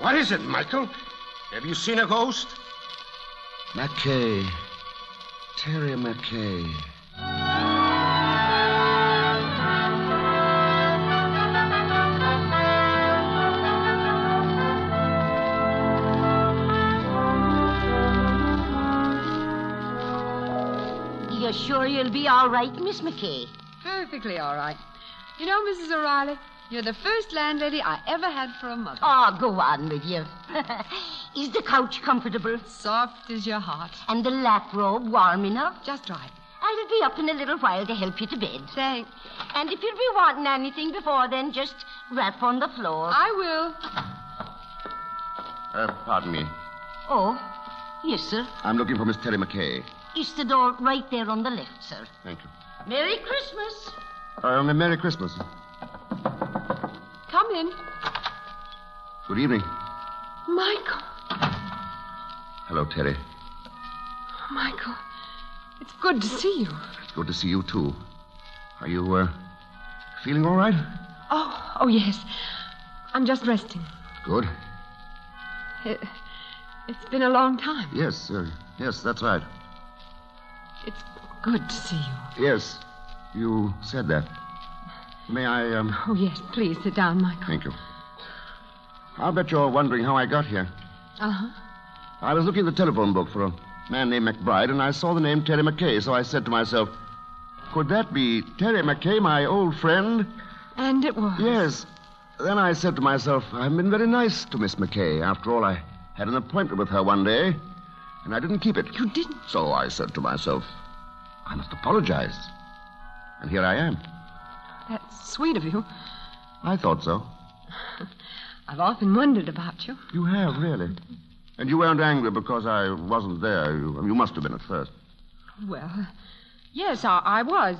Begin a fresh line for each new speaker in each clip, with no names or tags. What is it, Michael? Have you seen a ghost?
McKay. Terry McKay.
You're sure you'll be all right, Miss McKay?
Perfectly all right. You know, Mrs. O'Reilly, you're the first landlady I ever had for a mother.
Oh, go on with you. Is the couch comfortable?
Soft as your heart.
And the lap robe warm enough?
Just right.
I'll be up in a little while to help you to bed.
Thank.
And if you'll be wanting anything before then, just rap on the floor.
I will.
Uh, pardon me.
Oh, yes, sir.
I'm looking for Miss Terry McKay.
Is the door right there on the left, sir?
Thank you.
Merry Christmas.
Um, Merry Christmas.
Come in.
Good evening.
Michael.
Hello, Terry.
Michael. It's good to see you.
It's good to see you, too. Are you, uh, feeling all right?
Oh, oh, yes. I'm just resting.
Good.
It, it's been a long time.
Yes, uh, yes, that's right.
It's good to see you.
Yes, you said that. May I, um,
Oh, yes, please sit down, Michael.
thank you. I'll bet you're wondering how I got here.
Uh huh.
I was looking in the telephone book for a man named McBride, and I saw the name Terry McKay, so I said to myself, could that be Terry McKay, my old friend?
And it was.
Yes. Then I said to myself, I've been very nice to Miss McKay. After all, I had an appointment with her one day, and I didn't keep it.
You didn't?
So I said to myself, I must apologize. And here I am.
That's sweet of you.
I thought so.
I've often wondered about you.
You have, really. And you weren't angry because I wasn't there. You, you must have been at first.
Well, yes, I, I was.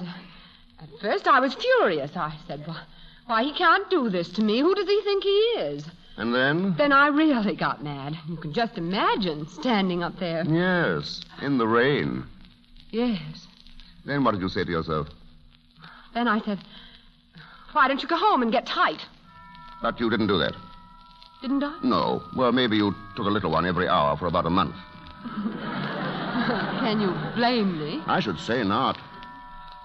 At first, I was furious. I said, why, why, he can't do this to me. Who does he think he is?
And then?
Then I really got mad. You can just imagine standing up there.
Yes, in the rain.
Yes.
Then what did you say to yourself?
Then I said, why don't you go home and get tight?
But you didn't do that.
Didn't I?
No. Well, maybe you took a little one every hour for about a month.
Can you blame me?
I should say not.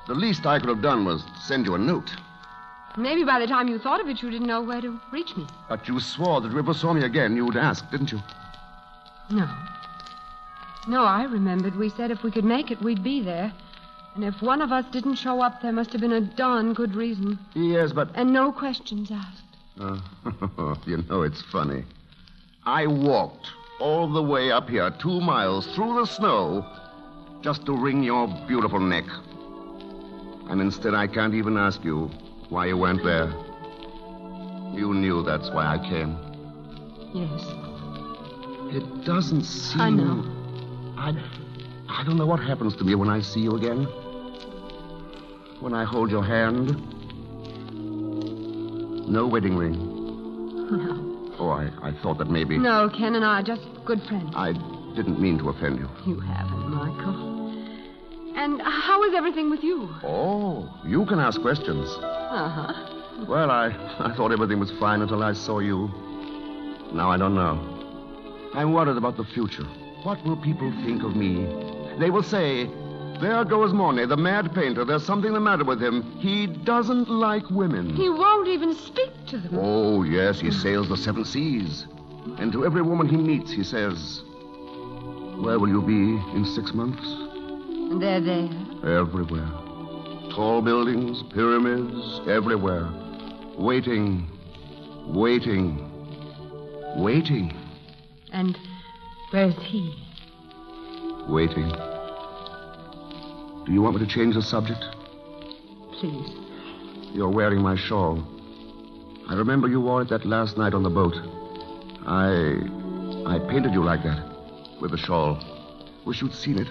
The least I could have done was send you a note.
Maybe by the time you thought of it, you didn't know where to reach me.
But you swore that if you ever saw me again, you'd ask, didn't you?
No. No, I remembered we said if we could make it, we'd be there. And if one of us didn't show up, there must have been a darn good reason.
Yes, but.
And no questions asked.
Uh, you know, it's funny. I walked all the way up here, two miles through the snow, just to wring your beautiful neck. And instead, I can't even ask you why you weren't there. You knew that's why I came.
Yes.
It doesn't seem.
I know.
I, I don't know what happens to me when I see you again. When I hold your hand. No wedding ring.
No.
Oh, I, I thought that maybe.
No, Ken and I are just good friends.
Ah.
I didn't mean to offend you.
You haven't, Michael. And how is everything with you?
Oh, you can ask questions.
Uh huh.
Well, I, I thought everything was fine until I saw you. Now I don't know. I'm worried about the future. What will people think of me? They will say, There goes Mornay, the mad painter. There's something the matter with him. He doesn't like women.
He won't even speak to them.
Oh, yes, he sails the seven seas. And to every woman he meets, he says, Where will you be in six months?
They're there.
Everywhere. Tall buildings, pyramids, everywhere. Waiting, waiting, waiting,
And where's he?
waiting. Do you want me to change the subject?
Please.
You're wearing my shawl. I remember you wore it that last night on the boat. I. I painted you like that, with the shawl. Wish you'd seen it.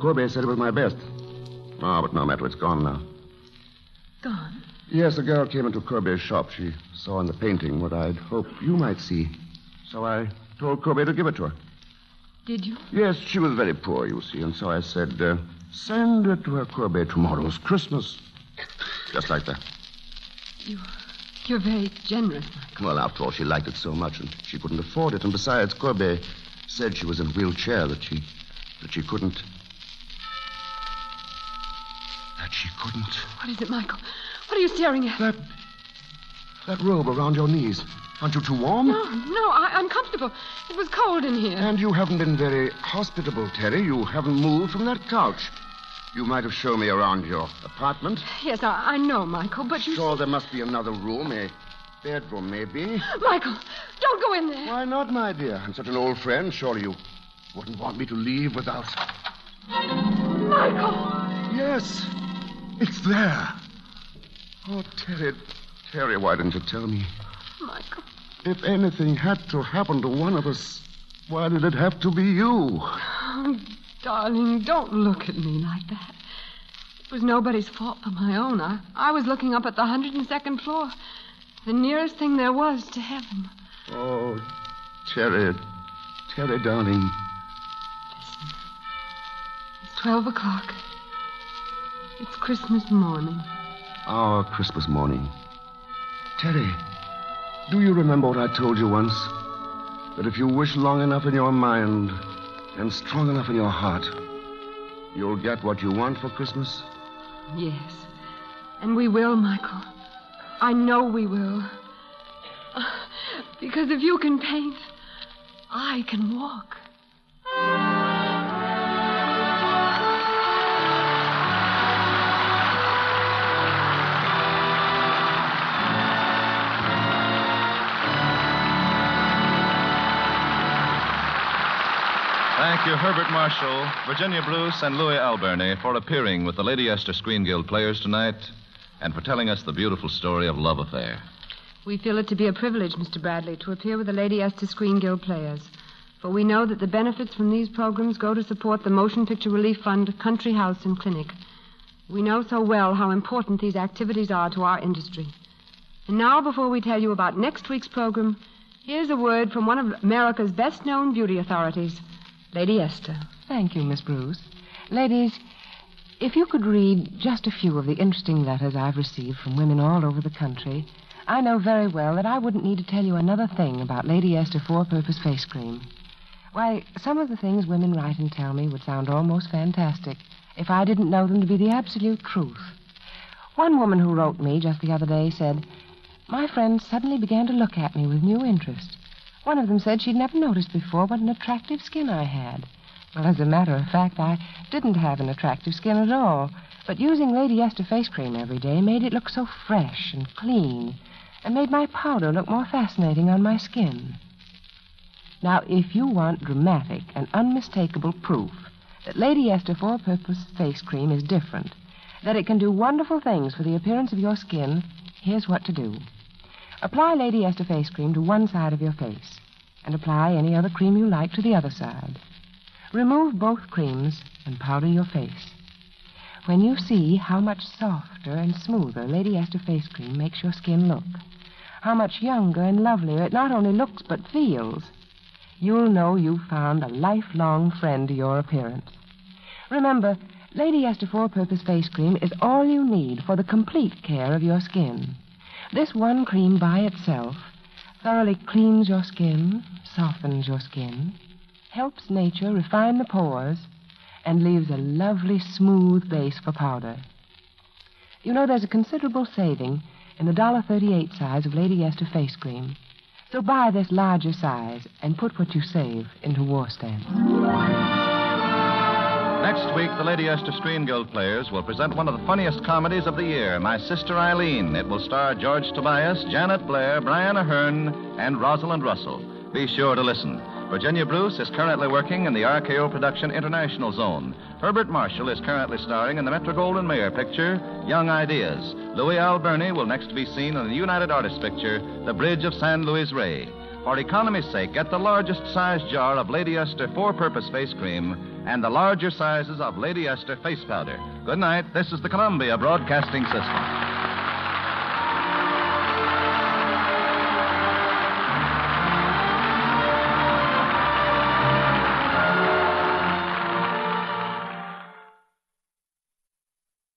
Corbe said it was my best. Ah, but no matter, it's gone now.
Gone.
Yes, a girl came into Kirby's shop. She saw in the painting what I'd hoped you might see. So I told Kirby to give it to her.
Did you?
Yes, she was very poor, you see, and so I said, uh, send it to her, Kirby. Tomorrow's Christmas. Just like that.
You're very generous, Mike.
Well, after all, she liked it so much, and she couldn't afford it. And besides, Kirby said she was in a wheelchair, that she... that she couldn't... that she couldn't...
What is it, Michael? What are you staring at?
That... that robe around your knees. Aren't you too warm?
No, no, I, I'm comfortable. It was cold in here.
And you haven't been very hospitable, Terry. You haven't moved from that couch. You might have shown me around your apartment.
Yes, I, I know, Michael, but you.
Sure, there must be another room, a bedroom, maybe.
Michael, don't go in there.
Why not, my dear? I'm such an old friend. Surely you wouldn't want me to leave without.
Michael!
Yes, it's there. Oh, Terry, Terry, why didn't you tell me?
Michael.
If anything had to happen to one of us, why did it have to be you?
Oh, darling, don't look at me like that. It was nobody's fault but my own. I, I was looking up at the 102nd floor, the nearest thing there was to heaven.
Oh, Terry, Terry, darling.
It's 12 o'clock. It's Christmas morning.
Our Christmas morning. Terry, do you remember what I told you once? That if you wish long enough in your mind and strong enough in your heart, you'll get what you want for Christmas?
Yes. And we will, Michael. I know we will. Uh, Because if you can paint, I can walk.
Thank you, Herbert Marshall, Virginia Bruce, and Louis Alberni for appearing with the Lady Esther Screen Guild players tonight and for telling us the beautiful story of Love Affair.
We feel it to be a privilege, Mr. Bradley, to appear with the Lady Esther Screen Guild players. For we know that the benefits from these programs go to support the Motion Picture Relief Fund, Country House, and Clinic. We know so well how important these activities are to our industry. And now, before we tell you about next week's program, here's a word from one of America's best known beauty authorities, Lady Esther.
Thank you, Miss Bruce. Ladies, if you could read just a few of the interesting letters I've received from women all over the country, I know very well that I wouldn't need to tell you another thing about Lady Esther Four Purpose Face Cream. Why, some of the things women write and tell me would sound almost fantastic if I didn't know them to be the absolute truth. One woman who wrote me just the other day said, My friends suddenly began to look at me with new interest. One of them said she'd never noticed before what an attractive skin I had. Well, as a matter of fact, I didn't have an attractive skin at all. But using Lady Esther face cream every day made it look so fresh and clean, and made my powder look more fascinating on my skin. Now, if you want dramatic and unmistakable proof that Lady Esther for purpose face cream is different, that it can do wonderful things for the appearance of your skin, here's what to do. Apply Lady Esther face cream to one side of your face, and apply any other cream you like to the other side. Remove both creams and powder your face. When you see how much softer and smoother Lady Esther face cream makes your skin look, how much younger and lovelier it not only looks but feels, you'll know you've found a lifelong friend to your appearance. Remember, Lady Esther Four Purpose Face Cream is all you need for the complete care of your skin. This one cream by itself thoroughly cleans your skin, softens your skin, helps nature refine the pores, and leaves a lovely smooth base for powder. You know, there's a considerable saving in the $1.38 size of Lady Esther face cream. So buy this larger size and put what you save into war stamps.
Next week, the Lady Esther Screen Guild players will present one of the funniest comedies of the year, My Sister Eileen. It will star George Tobias, Janet Blair, Brian Ahern, and Rosalind Russell. Be sure to listen. Virginia Bruce is currently working in the RKO Production International Zone. Herbert Marshall is currently starring in the Metro Golden Mayer picture, Young Ideas. Louis Alberni will next be seen in the United Artists picture, The Bridge of San Luis Rey. For economy's sake, get the largest size jar of Lady Esther for purpose face cream and the larger sizes of Lady Esther face powder. Good night. This is the Columbia Broadcasting System.